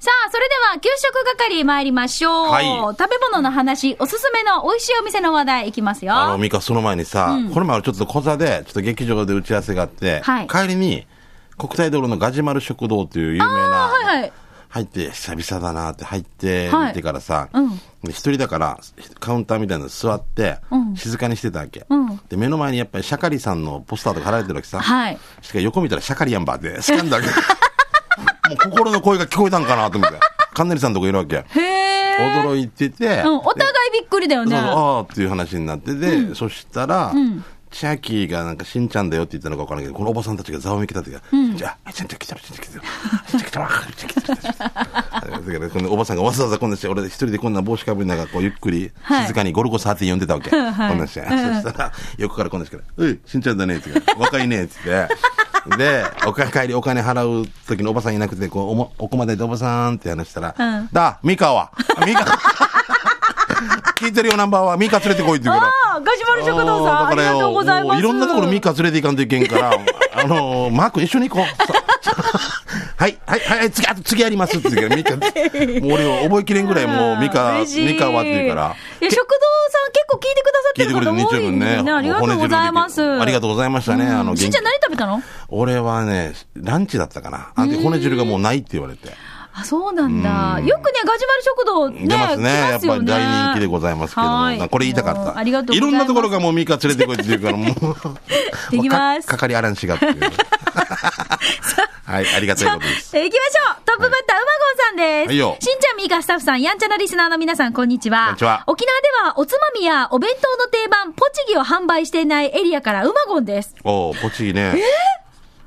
さあ、それでは給食係参りましょう。はい食べ物の話、おすすめの美味しいお店の話題いきますよ。あの、はミカ、その前にさ、この前俺ちょっと小座で、ちょっと劇場で打ち合わせがあって、はい帰りに、国体道路のガジュマル食堂という有名な、いはい。入って、久々だなって入って、はい見てからさ、うんで一人だから、カウンターみたいなの座って、うん静かにしてたわけ、うんで、目の前にやっぱりシャカリさんのポスターとか貼られてるわけさ。はい。しかも横見たらシャカリやんばって、スキャ ンダル。もう心の声が聞こえたんかなと思って。カンネリさんのとこいるわけ。へえ。驚いてて、うん、お互いびっくりだよそうね。そうああっていう話になってで、そしたら、千秋がなんか、しんちゃんだよって言ったのか分からないけど、このおばさんたちがざわめきた時が、じゃあ、しんちゃん来たら、しんちゃん来たら、しんちゃん来たら、しんちゃん来たら、しんちゃん来たら。 だから、このおばさんがわざわざこんなして、俺一人でこんな帽子かぶりながら、こう、ゆっくり、はい静かにゴルゴ13読んでたわけ。こん はいなんして。そしたら、横からこんなんしてから、うい、しんちゃんだねって言うから、若いねって言って。で、おか帰りお金払う時のおばさんいなくて、こう、おも、おこまででおばさんって話したら、うんだ、ミカは、 ミカ聞いてるよナンバーはミカ連れてこいって言うから。ああ、ガジュマル食堂さん、ありがとうございます。いろんなところミカ連れていかんといけ んから、あのーマー君一緒に行こう。 さはい、はい、はい、次、あと次やりますって言う けど、ミカ、もう俺は覚えきれんぐらいもうミカ、嬉しいミカはって言うから。いや、食堂さん結構聞いてくださって聞いてくるれて方日多曜い日んね。でね。ありがとうございます。ありがとうございましたね。あの、しんちゃん何食べたの俺はね、ランチだったかな。あで、骨汁がもうないって言われて。あ、そうなんだ。よくね、ガジュマル食堂ね、出ますね。来やまっすぱよりね大人気でございますけどはいも、これ言いたかっもうた。ありがとうございます。ろんなところがもうミカ連れてこいって言うから、もう。 できますかかかりあらんしがっ ていう。はい、ありがたいことです。えー行きましょうトップバッター、うまごんさんです。はいよしんちゃん、みーか、スタッフさん、やんちゃなリスナーの皆さん、こんにちは。こんにちは沖縄では、おつまみやお弁当の定番、ポチギを販売していないエリアから、うまごんです。おお、ポチいね。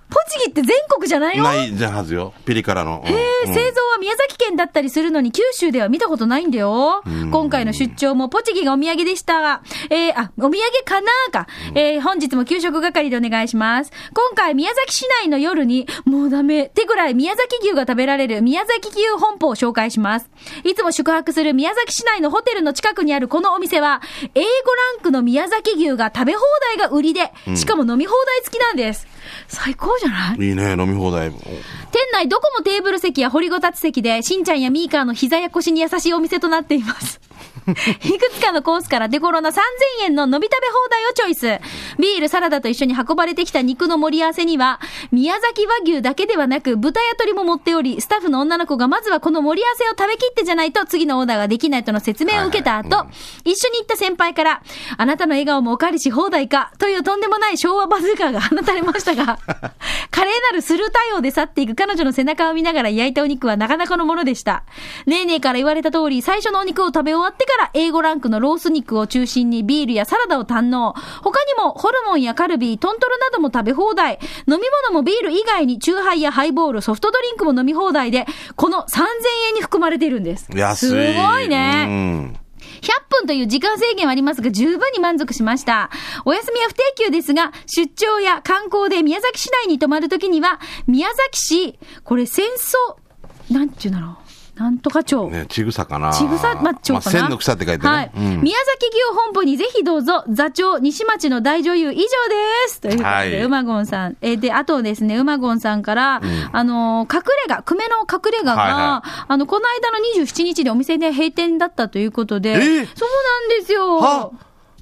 ポチギって全国じゃないよないじゃはずよ。ピリ辛の。うんえー製造は宮崎県だったりするのに、九州では見たことないんだよ。今回の出張もポチギがお土産でしたが、えーあ、お土産かなーか。えー本日も給食係でお願いします。今回、宮崎市内の夜に、もうダメ、手ぐらい宮崎牛が食べられる宮崎牛本舗を紹介します。いつも宿泊する宮崎市内のホテルの近くにあるこのお店は、A5 ランクの宮崎牛が食べ放題が売りで、しかも飲み放題付きなんです。最高じゃないうんいいね、飲み放題。お店内どこもテーブル席や掘りごたつ席で、しんちゃんやミーカーの膝や腰に優しいお店となってい ます。いくつかのコースからデコロな3000円の飲み食べ放題をチョイス。ビール、サラダと一緒に運ばれてきた肉の盛り合わせには、宮崎和牛だけではなく、豚や鶏も持っており、スタッフの女の子がまずはこの盛り合わせを食べきってじゃないと次のオーダーができないとの説明を受けた後、はいはいうん一緒に行った先輩から、あなたの笑顔もお借りし放題か、というとんでもない昭和バズーカーが 放たれましたが、華麗なるスルー対応で去っていく彼女の背中を見ながら焼いたお肉はなかなかのものでした。ねえねえから言われた通り、最初のお肉を食べ終わってから、A5 ランクのロース肉を中心にビールやサラダを堪能。他にも、ホルモンやカルビ、豚トロなども食べ放題。飲み物もビール以外に、チューハイやハイボール、ソフトドリンクも飲み放題で、この3000円に含まれているんです。安い。すごいね。うん。 100分という時間制限はありますが、十分に満足しました。お休みは不定休ですが、出張や観光で宮崎市内に泊まるときには、宮崎市、これ戦争、なんちゅうなのなんとか町。ね、ちぐさかな。ちぐさ町長まあかな、千の草って書いてね。はいうん宮崎牛本部にぜひどうぞ、座長、西町の大女優以上です。ということで、はいうまごんさん。えーで、あとですね、うまごんさんから、あのー、隠れ家、久米の隠れ家が、はいはあの、この間の27日でお店で閉店だったということで、えーそうなんですはよ。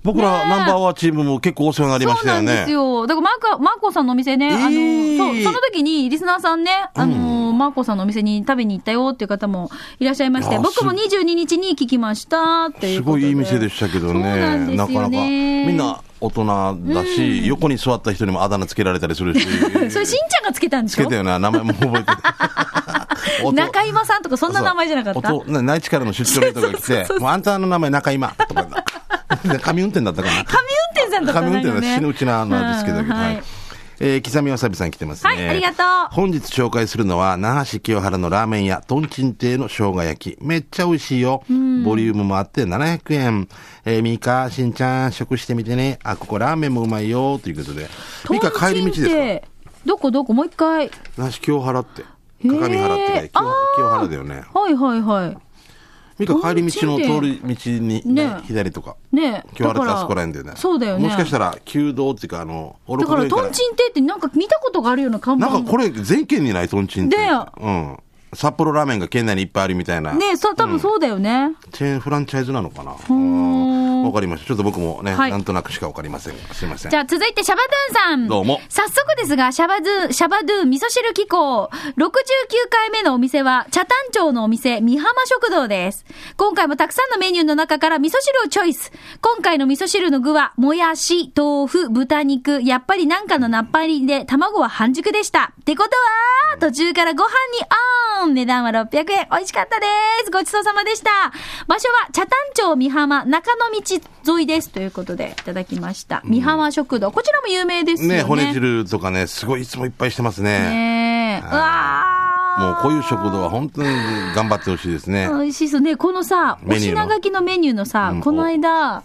僕らねえナンバーワンチームも結構お世話になりまそしうたなよんね。ですよ。だからマーコ、マーコさんのお店ね、あの、えーそう、その時にリスナーさんね、あの、マーコさんのお店に食べに行ったよっていう方もいらっしゃいまして、あー僕も22日に聞きました、というすことごで。いいい店でしたけどそうなね、んですかなよか、ねみんな大人だし、横に座った人にもあだ名つけられたりするし、 それしんちゃんがつけたんでつしけょたよな、名前も覚えて る音中今さんとかそんな名前じゃなかったそう音内地からの出張の人が来て、もうあんたの名前中今と かだ。神運転だったかな。神運転さんだった神運転は死ぬうちななんですけど、うんははいい。えー、刻みわさびさん来てますね。はいありがとう本日紹介するのは、那覇市清原のラーメン屋、とんちん亭の生姜焼き。めっちゃ美味しいよ。ボリュームもあって700円。えー、ミカ、しんちゃん、食してみてね。あ、ここラーメンもうまいよ。ということで。ミカ帰り道ですかかどこどこもう一回。那覇市清原って。鏡原ってへねー。清あー清原だよね。はいはいはミカ帰り道の通り道に、ねね左とか。い。ねえ。清原ってだあそこら辺だよね。そうだよね。もしかしたら。ら、旧道っていうか、あの、おろだこから、の上かとらんちん亭ってなんか見たことがあるような看板なんかこれ、全県にない、とんちんって。だようん。札幌ラーメンが県内にいっぱいあるみたいな。ねえ、そ、多分そうだよね。チェーンフランチャイズなのかなーわかりました。ちょっと僕もね、はいなんとなくしかわかりませんが。すいません。じゃあ続いてシャバドゥンさん。どうも早速ですが、シャバドゥン、シャバドゥン味噌汁機構。69回目のお店は、茶炭町のお店、三浜食堂です。今回もたくさんのメニューの中から味噌汁をチョイス。今回の味噌汁の具は、もやし、豆腐、豚肉、やっぱりなんかのナッパリンで、卵は半熟でした。ってことは、途中からご飯にオン値段は600円。美味しかったです。ごちそうさまでした。場所は、茶炭町三浜、中野道沿いです。ということで、いただきました。三浜食堂。こちらも有名ですよね。ね、骨汁とかね、すごいいつもいっぱいしてますね。ねえ。うわもうこういう食堂。堂は本当に頑張ってほしいですね。美味しいですね。このさ、おメニューの品書きのメニューのさう、んこの間、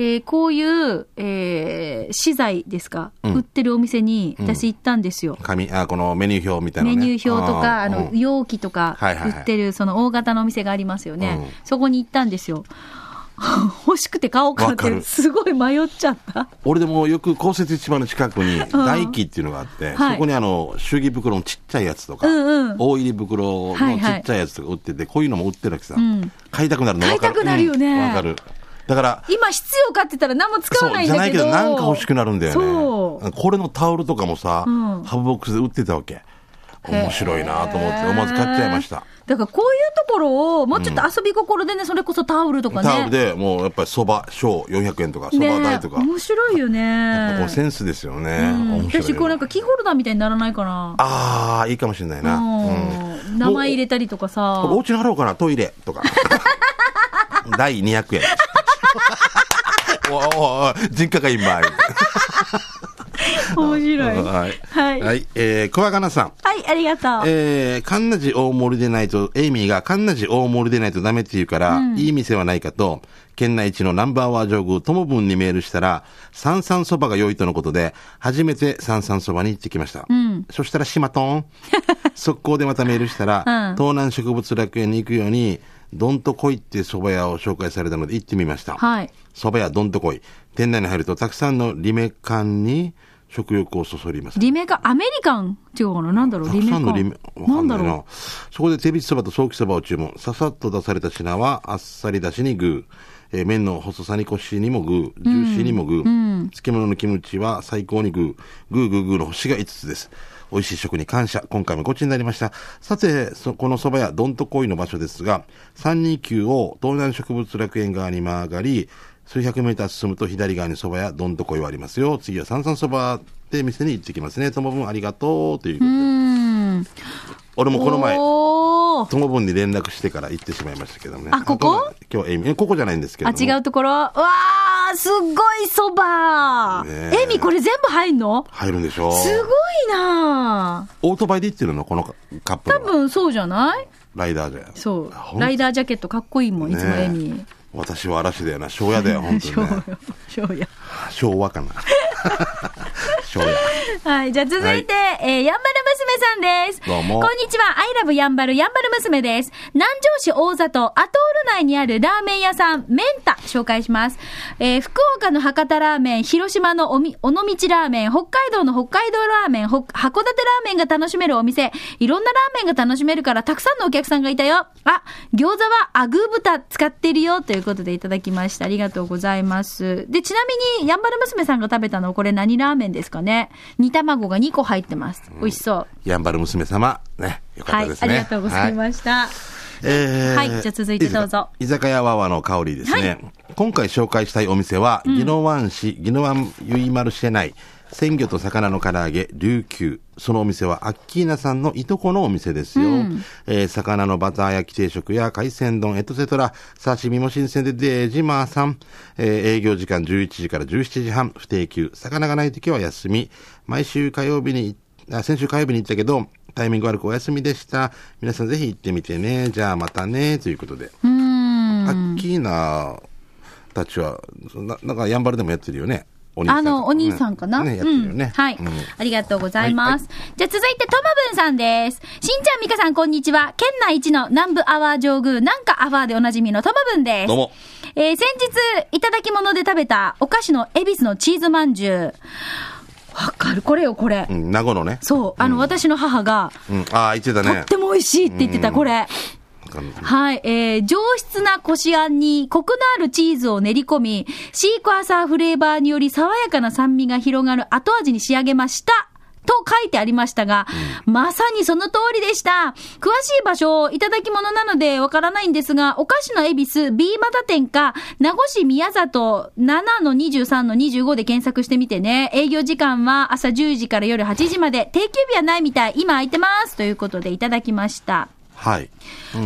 えーこういう、えー資材ですか、売ってるお店に、私行ったんですよ。紙、あ、このメニュー表みたいなメね。ニュー表とか、あーのう、ん容器とかはいはいはい売ってる、その大型のお店がありますよねうん。そこに行ったんですよ。 欲しくて買おうかなっわかて、るすごい迷っちゃった。俺でもよく公設市場の近くに大輝っていうのがあって、はいそこにあの祝儀袋のちっちゃいやつとか、うんうん大入り袋のちっちゃいやつとか売ってて、こういうのも売ってるわけさ、ん買いたくなるの分か買るいたくなるよねうんわかるだから今必要かって言ったら何も使わないんじゃなだいけけど。どなんか欲しくなるんだよそねこれのタオルとかもさ、うんハブボックスで売ってたわけ面白いなと思って思わず買っちゃいましただからこういうところを、もうちょっと遊び心でね、それこそタオルとかね。タオルでもうやっぱりそば小400円とかそばね代とか、面白いよやっぱこねう。センスですよね、うん面白い私、よこうなんかキーホルダーみたいにならないかな。ああいいかもしれないな、うんうん。名前入れたりとかさ。お家にあろうかな、トイレとか。 第200円。 おいおいおい人家が今。面白い。はい。はいはい。えー、桑名さん。はい、ありがとう。えー、カンナジ大盛りでないと、エイミーがカンナジ大盛りでないとダメって言うから、いい店はないかと、県内一のナンバーワー上宮ともぶんにメールしたら、三々そばが良いとのことで、初めて三々そばに行ってきました。そしたらシマト ン。速攻でまたメールしたら、うん東南植物楽園に行くように、どんとこいって蕎麦屋を紹介されたので行ってみました。はい。蕎麦屋どんとこい。店内に入るとたくさんのリメカンに食欲をそそります。リメカン、アメリカン違うかななんだろうたリくメさカんン。のリメ、わかなんなんいだなろそこで手びちそばとソーキそばを注文。ささっと出された品は、あっさりだしにグー。えー麺の細さにコシにもグー。ジューシーにもグー。漬物のキムチは最高にグー。グーグーグーの星が5つです。美味しい食に感謝。今回もごちになりました。さて、そこの蕎麦屋、どんとこいの場所ですが、329を東南植物楽園側に曲がり、数百メーター進むと左側に蕎麦屋、どんとこいはありますよ。次は三々蕎麦って店に行ってきますね。ともぶんありがとう。ということでう。うん。俺もこの前、おーともぶんに連絡してから行ってしまいましたけどね。あここあと今日、エイミーえここじゃないんですけあ、ども。違うところうわー、すっごいそばねえエミ、これ全部入んの入るんでしょすごいなオートバイで行ってるのこのカップル多は。分そうじゃないライダーで。そあう。ライダダージャケットかっこいいもん、いつもエミ。私は嵐だよな。昭和だ よ、本当昭に、和ね。昭和昭和 かな。昭和。はい、じゃあ続いて、えーやんばる娘さんです。どうもこんにちは、アイラブやんばる、やんばる娘です。南城市大里、アトール内にあるラーメン屋さん、メンタ、紹介します。えー福岡の博多ラーメン、広島のおみ、尾道ラーメン、北海道の北海道ラーメン、ほ函館ラーメンが楽しめるお店、いろんなラーメンが楽しめるから、たくさんのお客さんがいたよ。あ、餃子はアグー豚使ってるよ、ということでいただきました。ありがとうございます。で、ちなみに、やんばる娘さんが食べたの、これ何ラーメンですかね煮卵が2個入ってます。美味しそう。やんばる娘様。ね。よかはったいで、すあね。りがとうございはました。えーはいじゃあ続いてどうぞいいですか居酒屋わわの香りですね、今回紹介したいお店は、宜野湾市宜野湾ゆいまる市内鮮魚と魚の唐揚げ琉球そのお店はアッキーナさんのいとこのお店ですよ、えー魚のバター焼き定食や海鮮丼エトセトラ刺身も新鮮でデジマーさん、えー営業時間11時から17時半不定休魚がない時は休み毎週火曜日にあ先週火曜日に行ったけどタイミング悪くお休みでした皆さんぜひ行ってみてねじゃあまたねということでうーん。アッキーナたちは、そななんかやんばるでもやってるよね。お兄さあんとかねの、お兄さんかな、ね、やってるよね。うんはい、うんありがとうございます。じゃあ続いて、ともぶんさんです。しんちゃん、みかさん、こんにちは。県内一の南部アワー上宮、なんかアワーでおなじみのともぶんです。どうも。えー先日、いただき物で食べたお菓子の恵比寿のチーズまんじゅう。わかる。これよ、これ。うん、名護のね。そう。あの、私の母が、うん、ああ、言ってたとねっ。ても美味しいって言ってた、これ。なんかはい、えー、上質なこしあんにコクのあるチーズを練り込み、シークワーサーフレーバーにより爽やかな酸味が広がる後味に仕上げました。と書いてありましたが、まさにその通りでした。詳しい場所、いただき物なのでわからないんですが、お菓子の恵比寿 B マタ店か、名護市宮里7-23-25で検索してみてね。営業時間は朝10時から夜8時まで、定休日はないみたい。今空いてます。ということでいただきました。はい。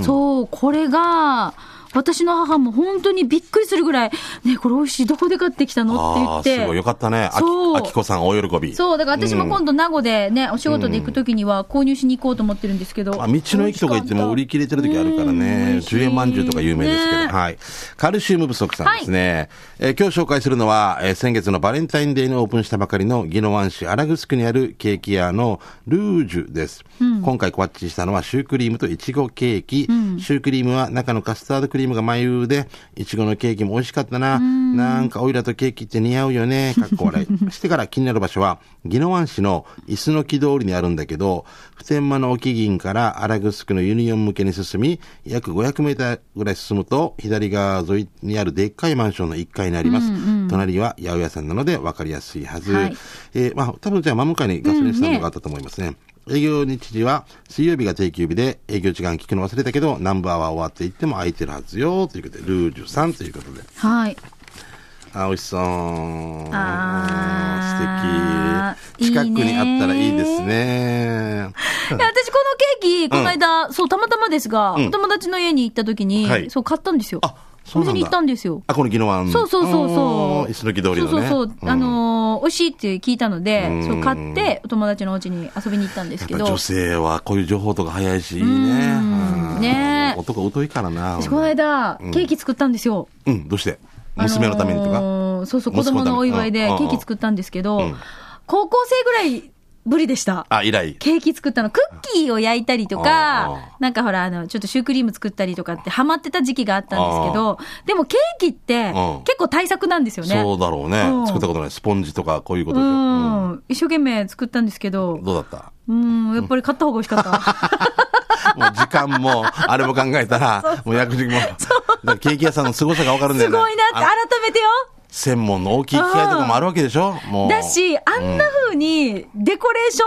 そう、これが、私の母も本当にびっくりするぐらい、ね、これ美味しい、どこで買ってきたのあっあ、て言っすて。ごい。よかったね。あきそうあきこさん大喜び。そう、だから私もうん今度名護でね、お仕事で行くときには購入しに行こうと思ってるんですけど。あ道の駅とか行っても売り切れてる時あるからうん美ね。味しい10円まんじゅうとか有名ですけど。ねはい。カルシウム不足さんですね。えー今日紹介するのは、えー先月のバレンタインデーにオープンしたばかりの宜野湾市荒城区にあるケーキ屋のルージュです。今回こっちしたのはシュークリームとイチゴケーキ。シュークリームは中のカスタードクリームが眉々で、イチゴのケーキも美味しかったな。なんかオイラとケーキって似合う よね。かっこ笑い。してから気になる場所は、宜野湾市の椅子の木通りにあるんだけど、普天間の沖銀から荒城区のユニオン向けに進み、約500メーターぐらい進むと、左側沿いにあるでっかいマンションの1階になります。隣は八百屋さんなので分かりやすいはず。はいえーまあ、多分じゃあ真向かいにガソリンスタンドがあったと思いますね。営業日時は水曜日が定休日で営業時間聞くの忘れたけどナンバーは終わっていっても空いてるはずよということでルージュさんということではい。あ美味しそうあー素敵近くいいにねあったらいいですねいや私このケーキ、この間、そう、たまたまですが、お友達の家に行ったときに、はいそう、買ったんですよ。あそうなんだお店に行ったんですよ。あこの宜野湾そうそうそうそう。椅子の木通りのねそうそうそう。うんあのー美味しいって聞いたので、うんそう買って、お友達のお家に遊びに行ったんですけやっど。ぱ女性はこういう情報とか早いしいいねんうんね男疎いからな私この間、うんケーキ作ったんですよ。うんどうして娘のためにとか、あのーそうそう、子息子供のためのお祝いでうんうんケーキ作ったんですけど、うん高校生ぐらいぶりでした。あ以来ケーキ作ったの、クッキーを焼いたりとうんか、なんかほら、あの、ちょっとシュークリーム作ったりとかってハマってた時期があったんですけど、でもケーキってうん結構対策なんですよね。そうだろうね、うん作ったことないスポンジとかこういうことうでしょ、うんん。一生懸命作ったんですけど、どうだったうん、やっぱり買った方が美味しかっ た。もう時間も、あれも考えた ら、もう薬事も、だからケーキ屋さんの凄さがわかるんすだよね。ごいなって、改あのめてよ。専門の大きい機械とかもあるわけでしょもう。だし、あんな風にデコレーシ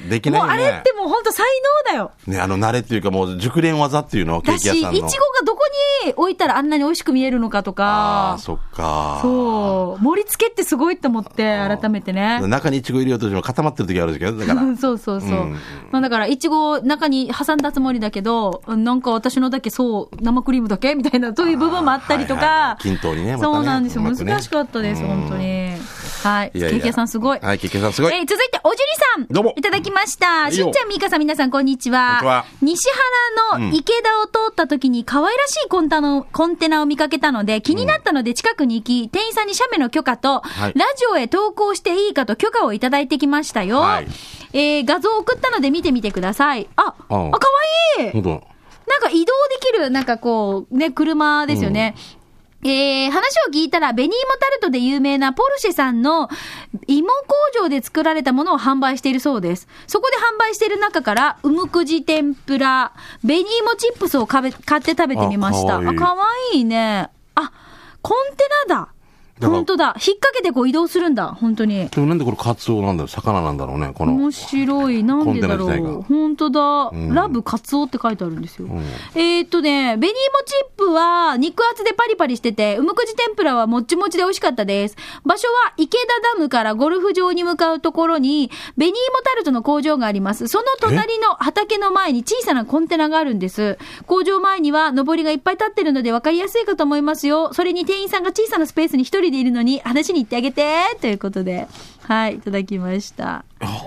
ョン、できないよねもうあれってもう本当才能だよ。ね、あの、慣れっていうかもう、熟練技っていうの、ケーだキし、屋いちさごんの。がどこに置いたらあんなに美味しく見えるのかとあかあ、、そっか。そう、盛り付けってすごいって思って、改めてね。中にイチゴ入れようとしても固まってる時あるけど、だ から。そうそうそう。うんまあだから、いちごを中に挟んだつもりだけど、なんか私のだけそう、生クリームだけみたいな、そういう部分もあったりとはいはいかはい。均等にねまたねそうなんですよ。うまくね難しかったです、うん本当に。はい。いやいやケーキ屋さんすごい。はいケーキ屋さんすごいえー続いて、おじりさん。どうもいただきました。いいしよんちゃん、みーかさん、皆さん、こんにちは。こんにちは西原の池田を通った時に可愛らしいコンタの、コンテナを見かけたので、気になったので近くに行き、店員さんに写メの許可と、はいラジオへ投稿していいかと許可をいただいてきましたよ。はいえー画像を送ったので見てみてください。あ、あ、かうんわいいほんと。なんか移動できる、なんかこう、ね、車ですよね。えー、話を聞いたら、ベニーモタルトで有名なポルシェさんの芋工場で作られたものを販売しているそうです。そこで販売している中から、うむくじ天ぷら、ベニーモチップスをかべ買って食べてみました。あ、あかわかわいいいいね。あ、コンテナだ。だから本当だ。引っ掛けてこう移動するんだ。本当に。でもなんでこれカツオなんだろう魚なんだろうね、この。面白い。なんでだろコンテナ自体う。が本当だ、んラブカツオって書いてあるんですよ。んえーっとね、ベニーモチップは肉厚でパリパリしてて、うむくじ天ぷらはもっちもちで美味しかったです。場所は池田ダムからゴルフ場に向かうところに、ベニーモタルトの工場があります。その隣の畑の前に小さなコンテナがあるんです。工場前には上りがいっぱい立ってるので分かりやすいかと思いますよ。それに店員さんが小さなスペースに一人でいるのに話に行ってあげて、ということで、はい、いただきました。あ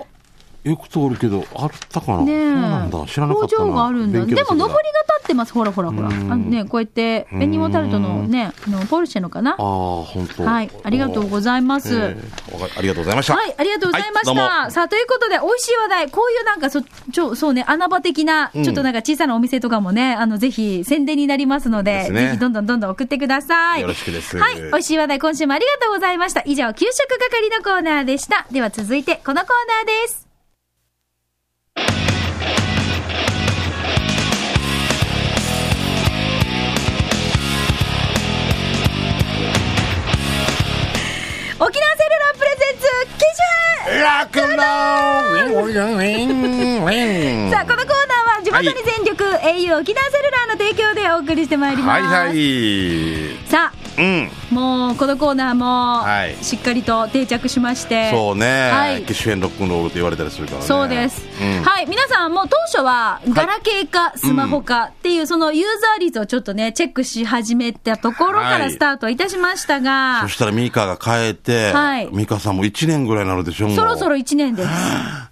よく通るけど、あったかな、ねえそうなんだ。知らなかったな。工場があるんだ。勉強でも、上不足りが立ってます。ほらほらほら。あうんのね、こうやって、ベニモタルトのね、あの、ポルシェのかな。ああ、本当。はい。ありがとうございまえす。えわかありがとうございました。はい、ありがとうございましはどうもた。さあ、ということで、美味しい話題、こういうなんかそ、ちょ、そうね、穴場的な、うんちょっとなんか小さなお店とかもね、あの、ぜひ宣伝になりますので、ですねぜひどんどんどんどん送ってください。よろしくですはい、美味しい話題、今週もありがとうございました。以上、給食係のコーナーでした。では続いて、このコーナーです。沖縄セルラープレゼンツ、機種編ラックンロールウィンウィンウィンウィンさあ、このコーナーは地元に全力、au 沖縄セルラーの提供でお送りしてまいりまはす。いはい。さうん。あ、もうこのコーナーも、はいしっかりと定着しまして。そうはねい。機種変ロックンロールと言われたりするからね。そうです、うんはい皆さんもう当初はガラケーかスマホかっていうそのユーザー率をちょっとねチェックし始めたところからはいスタートいたしましたが、そしたらミカが変えてはい、ミカさんも1年ぐらいになるでしょ、もうそろそろ1年で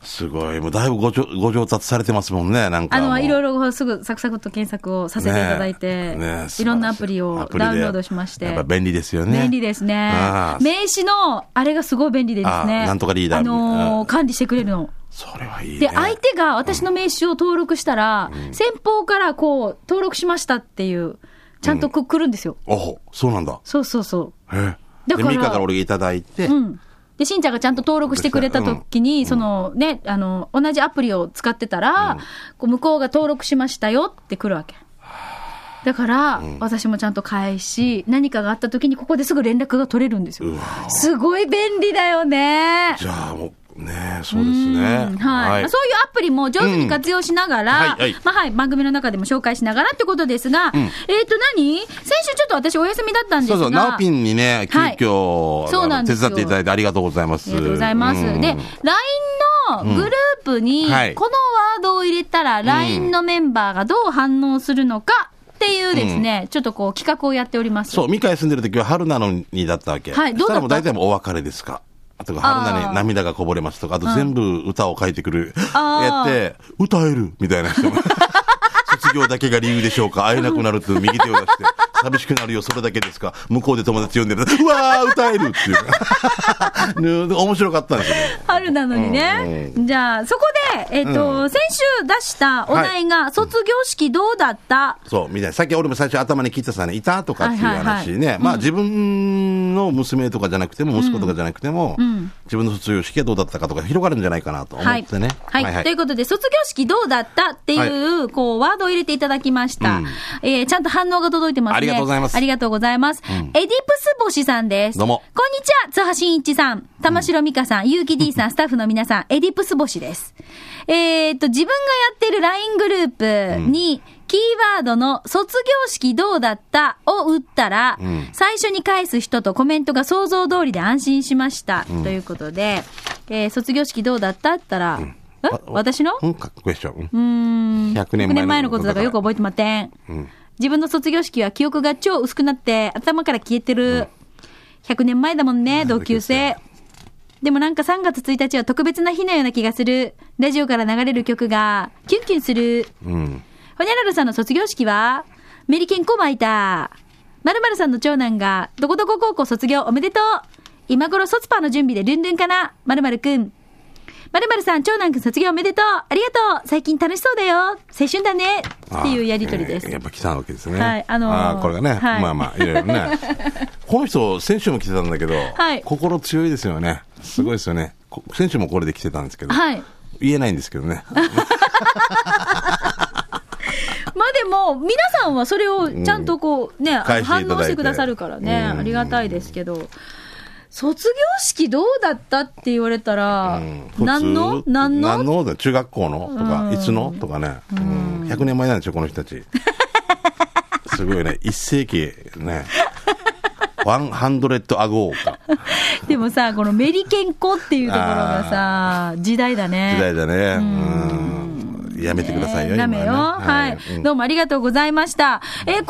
すすごい。もうだいぶごじょご上達されてますもんね、なんか。あのいろいろ。ろすぐサクサクと検索をさせていただいて、ねいろんなアプリをダウンロードしましてやっぱ便利ですよね。便利ですねああ名刺のあれがすごい便利でですあねあなんとかリーダーあのーうん管理してくれるのそれはいいね。で、相手が私の名刺を登録したら、先方からこう、登録しましたっていう、ちゃんとく、来るんですよ。おそうなんだ。そうそうそへだえ。かで、らミカから俺がいただいてう。、うん。で、しんちゃんがちゃんと登録してくれた時に、そのね、あの、同じアプリを使ってたら、こう向こうが登録しましたよって来るわけ。だから、私もちゃんと返し、何かがあった時にここですぐ連絡が取れるんですよう。わすごい便利だよね。じゃあもう、ねそうですね。うんはい。まあそういうアプリも上手に活用しながら、うんはいはいまあはい、番組の中でも紹介しながらってことですが、えっ、と何先週ちょっと私お休みだったんですが。そうそう、ナオピンにね、急はい遽、あのそうなんですよ手伝っていただいてありがとうございまあす。りがとうございます。うんで、LINE のグループに、こうんのワはいードを入れたら、LINE のメンバーがどう反応するのかっていうですね、ちょっとこう企画をやっております。そう、ミカへ住んでる時は春なのにだったわけ。はいどうだったそしたらもう大体もうお別れですか。あとか、あー春なに涙がこぼれますとか、あと全部歌を書いてくる。やあっーて、歌えるみたいな 人も。卒業だけが理由でしょうか会えなくなると右手を出して、寂しくなるよ、それだけですか向こうで友達呼んでる。うわー、歌えるって いう。ね面白かったんですよね。春なのにね。じゃあ、そこで、えっ、と、先週出したお題が、卒業式どうだった、そう、みたいな。さっき俺も最初頭に聞いてたさね、いたとかっていうは話ね。いはいはいまあ自分の娘とかじゃなくても、息子とかじゃなくても、ん自分の卒業式はどうだったかとか広がるんじゃないかなと思ってね。はい。はいということで、卒業式どうだったっていう、こう、ワードを入れていただきました。うんえーちゃんと反応が届いてますね。ありがとうございますありがとうございます。エディプス星さんです。どうもこんにちは、津波真一さん、玉城美香さん、結城 D さん、スタッフの皆さん、エディプス星です。えーっと、自分がやってる LINE グループに、キーワードの卒業式どうだったを打ったら、ん最初に返す人とコメントが想像通りで安心しました。ということで、えー卒業式どうだったって言ったら、んあ私のうん、かっこいいでしょ。うんうーん。 100年前の100年前のことだからよく覚えてません。うん自分の卒業式は記憶が超薄くなって頭から消えてる。100年前だもんね、同級生。でもなんか3月1日は特別な日のような気がする。ラジオから流れる曲がキュンキュンする。うん。ほにゃららさんの卒業式はメリケンコバいた。まるまるさんの長男がどこどこ高校卒業おめでとう。今頃卒パの準備でルンルンかな。まるまるくん。まるまるさん、長男くん卒業おめでとう。ありがとう。最近楽しそうだよ。青春だね。っていうやりとりですあーえー。やっぱ来たわけですね。はいあのーーこれがね、はいまあまあ、いろ いろね。この人、先週も来てたんだけど、はい心強いですよね。すごいですよね。こ先週もこれで来てたんですけど、はい。言えないんですけどね。まあでも、皆さんはそれをちゃんとこうね、あの返し反ていただいて応してくださるからね、うんありがたいですけど。卒業式どうだったって言われたら、うん何の普通何の何のだ中学校のとうか、んいつのとかね、うん100年前なんでしょ、この 人たち。すごいね、一世紀ね。ワンハンドレッドアゴーか。 でもさ、このメリケンコっていうところがさ、時代だね。時代だね。うやめてくださいよえーダメよ。今はは、ないはいうんどうもありがとうございました。えーこういう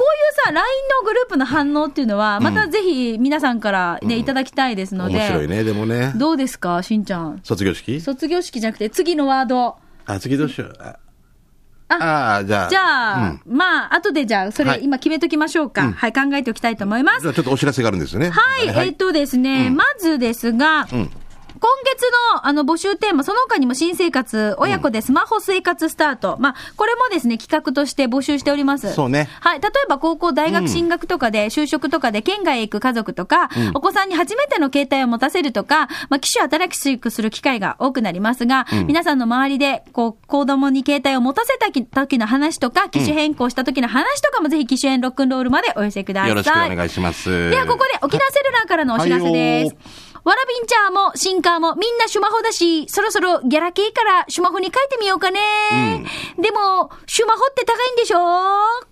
さ、LINE のグループの反応っていうのは、またぜひ皆さんからね、いただきたいですので。面白いね、でもね。どうですか、しんちゃん。卒業式卒業式じゃなくて、次のワード。あ、次どうしよう。あ、ああーじゃあ。じゃあ、うんまあ、後でじゃあ、そはれい今決めときましょうか。はい、考えておきたいと思いますじゃ。あちょっとお知らせがあるんですよね。はい、えっ、とですね、まずですが、今月のあの募集テーマ、その他にも新生活、親子でスマホ生活スタート。まあ、これもですね、企画として募集しております。そうねはい。例えば高校、大学進学とかで、就職とかで県外へ行く家族とか、お子さんに初めての携帯を持たせるとか、まあ、機種新しくする機会が多くなりますが、皆さんの周りで、こう、子供に携帯を持たせたき時の話とか、機種変更した時の話とかも、ぜひ機種変ロックンロールまでお寄せください。よろしくお願いします。ではここで沖縄セルラーからのお知らせです。はわらびんちゃーもシンカーもみんなシュマホだし、そろそろギャラ系からシュマホに書いてみようかね。でも、シュマホって高いんでしょ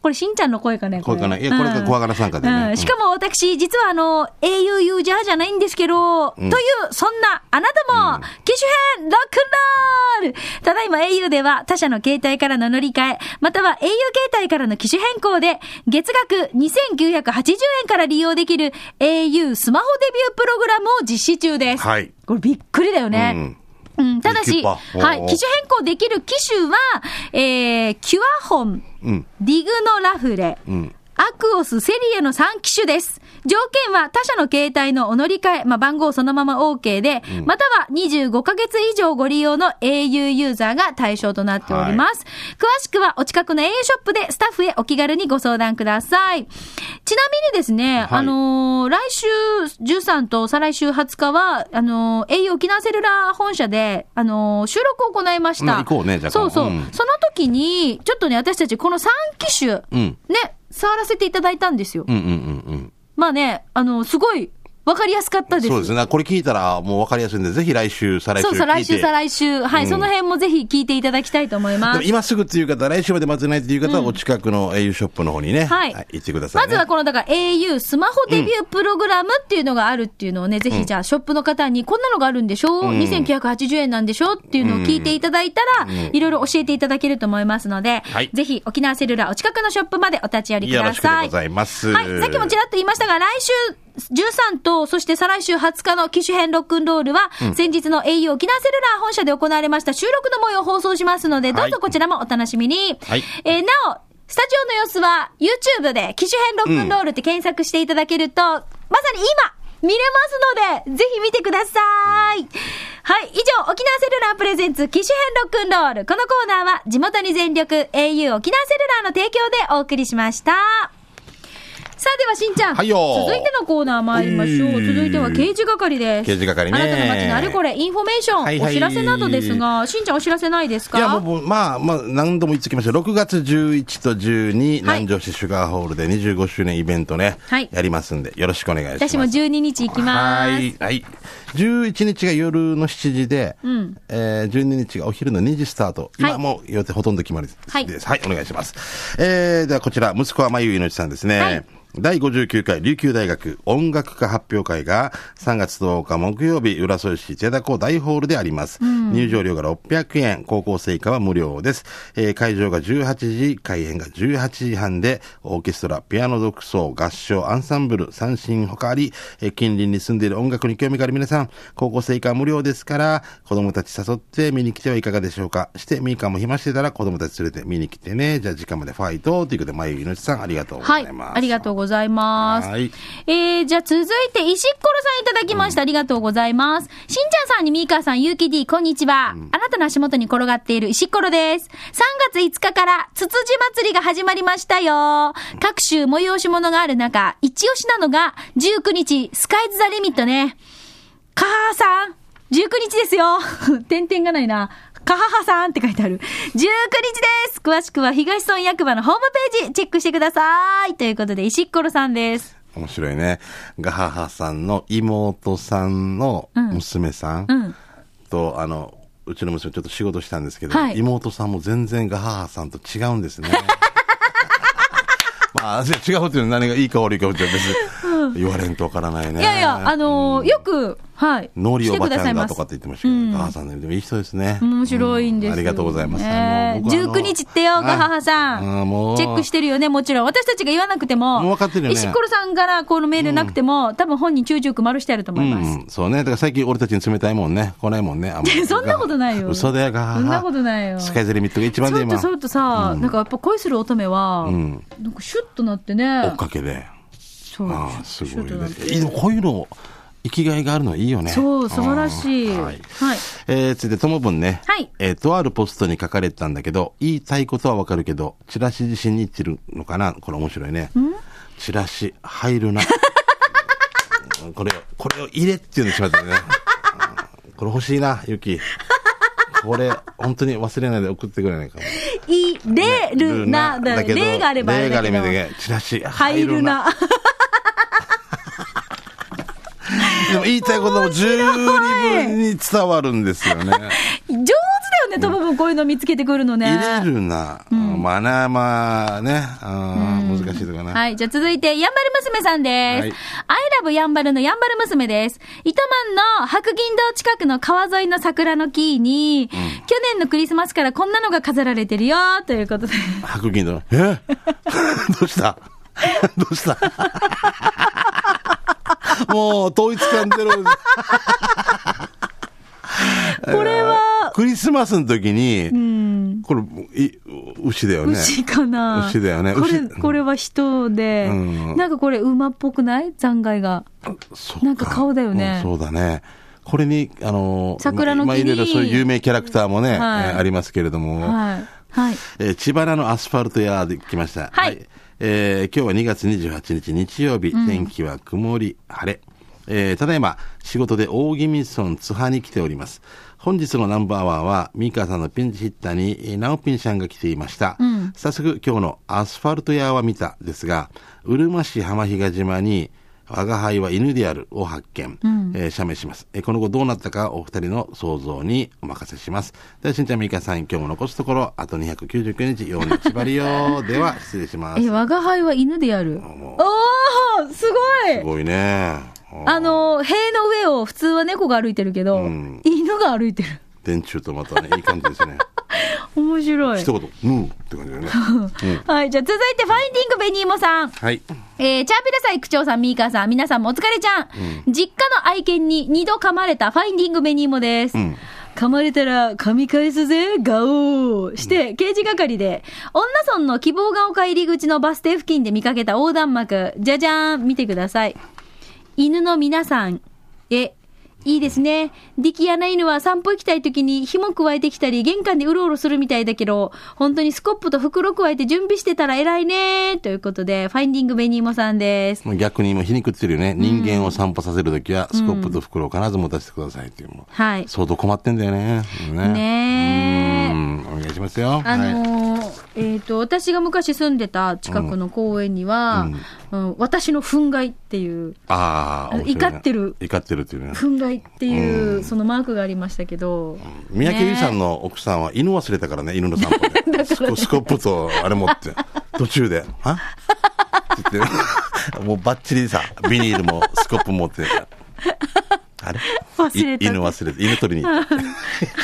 これしんちゃんの声かね声かないやこれが怖がらさんかでねううんしかも私、実はあの、au ユージャーじゃないんですけど、という、そんなあなたも、機種編ロックンロールただいま au では他社の携帯からの乗り換え、または au 携帯からの機種変更で、月額2980円から利用できる au スマホデビュープログラムを実施中です。はいこれびっくりだよね。うんただびっくし、りはかい、機種おー変更できる機種は、えー、キュアホン、うんディグノラフレ、んアクオス、セリエの3機種です。条件は他社の携帯のお乗り換え、まあ、番号そのまま OK で、または25ヶ月以上ご利用の au ユーザーが対象となっております。詳しくはお近くの au ショップでスタッフへお気軽にご相談ください。ちなみにですね、はいあのー来週13と再来週20日は、あのー、au 沖縄セルラー本社で、あのー収録を行いましうた。ん行こうねじゃあそうそう。うんその時に、ちょっとね、私たちこの3機種、うんね、触らせていただいたんですよ。うんうんうんまあね、あの、すごい、わかりやすかったうん。です。そうですね。これ聞いたらもうわかりやすいんで、ぜひ来週、再来週そ聞ういて。そう、来週、再来週。はい、うんその辺もぜひ聞いていただきたいと思いまですも。今すぐっていう方、来週まで待てないっていう方は、お近くの au ショップの方にね、はい行ってくださまい、ね。ずはこの、だから au スマホデビュープログラムっていうのがあるっていうのをね、ぜひじゃあショップの方に、こんなのがあるんでしょ、う ?2980 円なんでしょっていうのを聞いていただいたら、いろいろ教えていただけると思いますので、はいぜひ沖縄セルラーお近くのショップまでお立ち寄りくよろだしくでさい。ございます。はい、さっきもちらっと言いましたが、来週13と、そして再来週20日の機種編ロックンロールは、先日の au 沖縄セルラー本社で行われました収録の模様を放送しますので、どうはいぞこちらもお楽しみに。はいえーなお、スタジオの様子は YouTube で機種編ロックンロールって検索していただけると、まさに今、見れますので、ぜひ見てください。はい、以上、沖縄セルラープレゼンツ機種編ロックンロール。このコーナーは、地元に全力 au 沖縄セルラーの提供でお送りしました。さあではしんちゃん、はいよー続いてのコーナー参りましょううい続いては刑事係です刑事係ねあなたの街のあれこれインフォメーション、はいはいお知らせなどですがしんちゃんお知らせないですかいや、もうもう、まあ、まあ、何度も言ってきました。6月11と12、はい南城市シュガーホールで25周年イベントね、はいやりますんで、よろしくお願いします。私も12日行きますはい、はい。11日が夜の7時で、えー、12日がお昼の2時スタート。はい今もう予定ほとんど決まりです。ははいい、お願いします。えー、ではこちら、息子はまゆいのちさんですね。はい第59回琉球大学音楽家発表会が3月10日木曜日浦添市千田港大ホールであります、入場料が600円高校生以下は無料です、えー会場が18時開演が18時半でオーケストラピアノ独奏合唱アンサンブル三振ほかあり、えー近隣に住んでいる音楽に興味がある皆さん高校生以下は無料ですから子供たち誘って見に来てはいかがでしょうかしてミーカも暇してたら子供たち連れて見に来てねじゃあ時間までファイトということでまゆいのちさんありがとうござはいいます、ありがとうございますはいえー、じゃあ続いて石っころさんいただきました、ありがとうございますしんちゃんさんにみーかーさんゆうき D こんにちは、あなたの足元に転がっている石っころです3月5日からつつじ祭りが始まりましたよ各種催し物がある中一押しなのが19日スカイズ・ザ・リミットねカハハさん、19日ですよ。 点々がないな。カハハさんって書いてある。19日です。詳しくは東村役場のホームページチェックしてください。ということで、石っころさんです。面白いね。ガハハさんの妹さんの娘さんうんと、あの、うちの娘ちょっと仕事したんですけど、はい妹さんも全然ガハハさん と 違うんですね。まあ、違うっていうのは何がいいか悪いかじゃ別に。言われんとわからないね。いやいや、あのーよく、はい。ノリおば来ちてくだゃさいんまだすとかって言ってましたけど、うん母さんね、でもいい人ですね。面白いんですよ、うありがとうございます。ねもう僕はあの19日ってよ、ガハハさああんも。うチェックしてるよね、もちろん。私たちが言わなくても、もう分かってるよね石ころさんからこのメールなくても、多分本人中々丸してあると思います。うんうん、そうね。だから最近俺たちに冷たいもんね。来ないもんね。あんま りそんなことないよ嘘だよ、が。そんなことないよスカイゼリミットが一番そでれと今。それとさ、なんかやっぱ恋する乙女は、んなんかシュッとなってね。追っかけで。そうああ、すシごュいッとなってね。でもこういうの、生きがいがあるのはいいよね。そう、素晴らしい。うんははいい。。えー、ついて、ともぶんね。はいえー、とあるポストに書かれてたんだけど、言いたいことはわかるけど、チラシ自身に散るのかなこれ面白いね。チラシ、入るな。 うんこれを、これを入れって言うんでしまったね。うんこれ欲しいな、ゆき。これ、本当に忘れないで送ってくれないかも。いれるな、だけど例があればあれ例がだあれけばどあ。れだけどチラシ、入る。な。でも言いたいことも十二分に伝わるんですよね。上手だよね、トムもこういうの見つけてくるのね。入れるな。マナーまあね、あー難しいとかな。はい。じゃあ続いて、やんばる娘さんです。はアいイラブやんばるのやんばる娘です。糸満の白銀堂近くの川沿いの桜の木に、去年のクリスマスからこんなのが飾られてるよ、ということで。白銀だ。え どうしたどうしたもう統一感ゼロ。これは、クリスマスの時に、うん。これ、い牛だよね。牛かな牛だよねこれ、牛これは人で、うんなんかこれ馬っぽくない残骸が。そっなんか顔だよねうんそうだね。これに、あのー、桜の木にまあいろいろそういう有名キャラクターもね、えはいーありますけれども、はい。はい。えー千葉のアスファルト屋で来ました。はいえー今日は2月28日日曜日、天気は曇り、晴れ。えーただいま、仕事で大宜味村津波に来ております。本日のナンバーワンは、ミカさんのピンチヒッターに、えーナオピンさんが来ていました。早速、今日のアスファルト屋は見たですが、うるま市浜比嘉島に、我が輩は犬であるを発見、えー写メします、えーこの後どうなったかお二人の想像にお任せします。では、しんちゃんみーかさん、今日も残すところ、あと299日、4日縛りよ。では、失礼します。え、す我が輩は犬でやる。おーすごいごいね。あの、塀の上を普通は猫が歩いてるけど、ん犬が歩いてる。電柱とまたね、いい感じで すね。面白い。一言、うんって感じだね。うんはい、じゃあ続いて、ファインディングベニーモさん。はい。えー、チャーピラさん、区長さん、ミーカーさん、皆さんもお疲れちゃん。実家の愛犬に二度噛まれたファインディングベニーモです。うん噛まれたら噛み返すぜ、ガオーして、刑事係で、女村の希望が丘入り口のバス停付近で見かけた横断幕、じゃじゃーん、見てください。犬の皆さんへ、いいですね。ディキアナ犬は散歩行きたい時に紐くわえてきたり、玄関でうろうろするみたいだけど、本当にスコップと袋くわえて準備してたら偉いねということで、ファインディングベニーモさんです。もう逆にもう皮肉ってるよね。人間を散歩させるときは、スコップと袋を必ず持たせてくださいっていう。もうはい。相当困ってんだよね。ねねえうんお願いしますよ。あはいのーえっ、と、私が昔住んでた近くの公園には、うん私の憤慨っていう、ああ、面白いね怒ってる怒ってるっていうね。憤慨っていう、そのマークがありましたけど、三宅由ね里さんの奥さんは犬忘れたからね、犬の散 歩で。スコスコップとあれ持って、途中で、あって言 って、もうバッチリさ、ビニールもスコップ持って、あれ忘れたい犬忘れて、犬取りに 行っ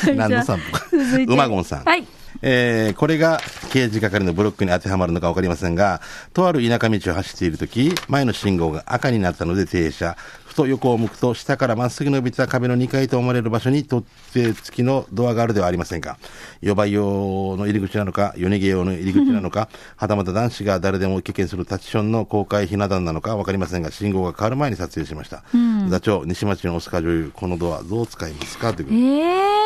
て。 い何の散歩かじゃあ続いて馬ゴンさん。はいえーこれが刑事係のブロックに当てはまるのか分かりませんが、とある田舎道を走っているとき、前の信号が赤になったので停車。ふと横を向くと、下からまっすぐ伸びた壁の2階と思われる場所に取っ手付きのドアがあるではありませんか。予売用の入り口なのか、夜逃げ用の入り口なのか、はたまた男子が誰でも経験するタッチションの公開ひな壇なのか分かりませんが、信号が変わる前に撮影しました。座長、西町のオスカー女優、このドアどう使いますかということでええ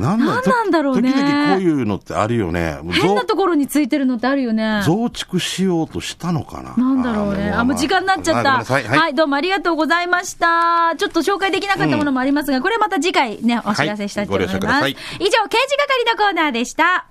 なんだなんなんだろうね時々こういうのってあるよね。もう変なところについてるのってあるよね。増増築しようとしたのかな。なんだろうね。あ、もう時間になっちゃっあごめんた。なさいはいはい、どうもありがとうございました。ちょっと紹介できなかったものもありますが、これまた次回ね、お知らせしたいと思います。はいご了承ください以上、刑事係のコーナーでした。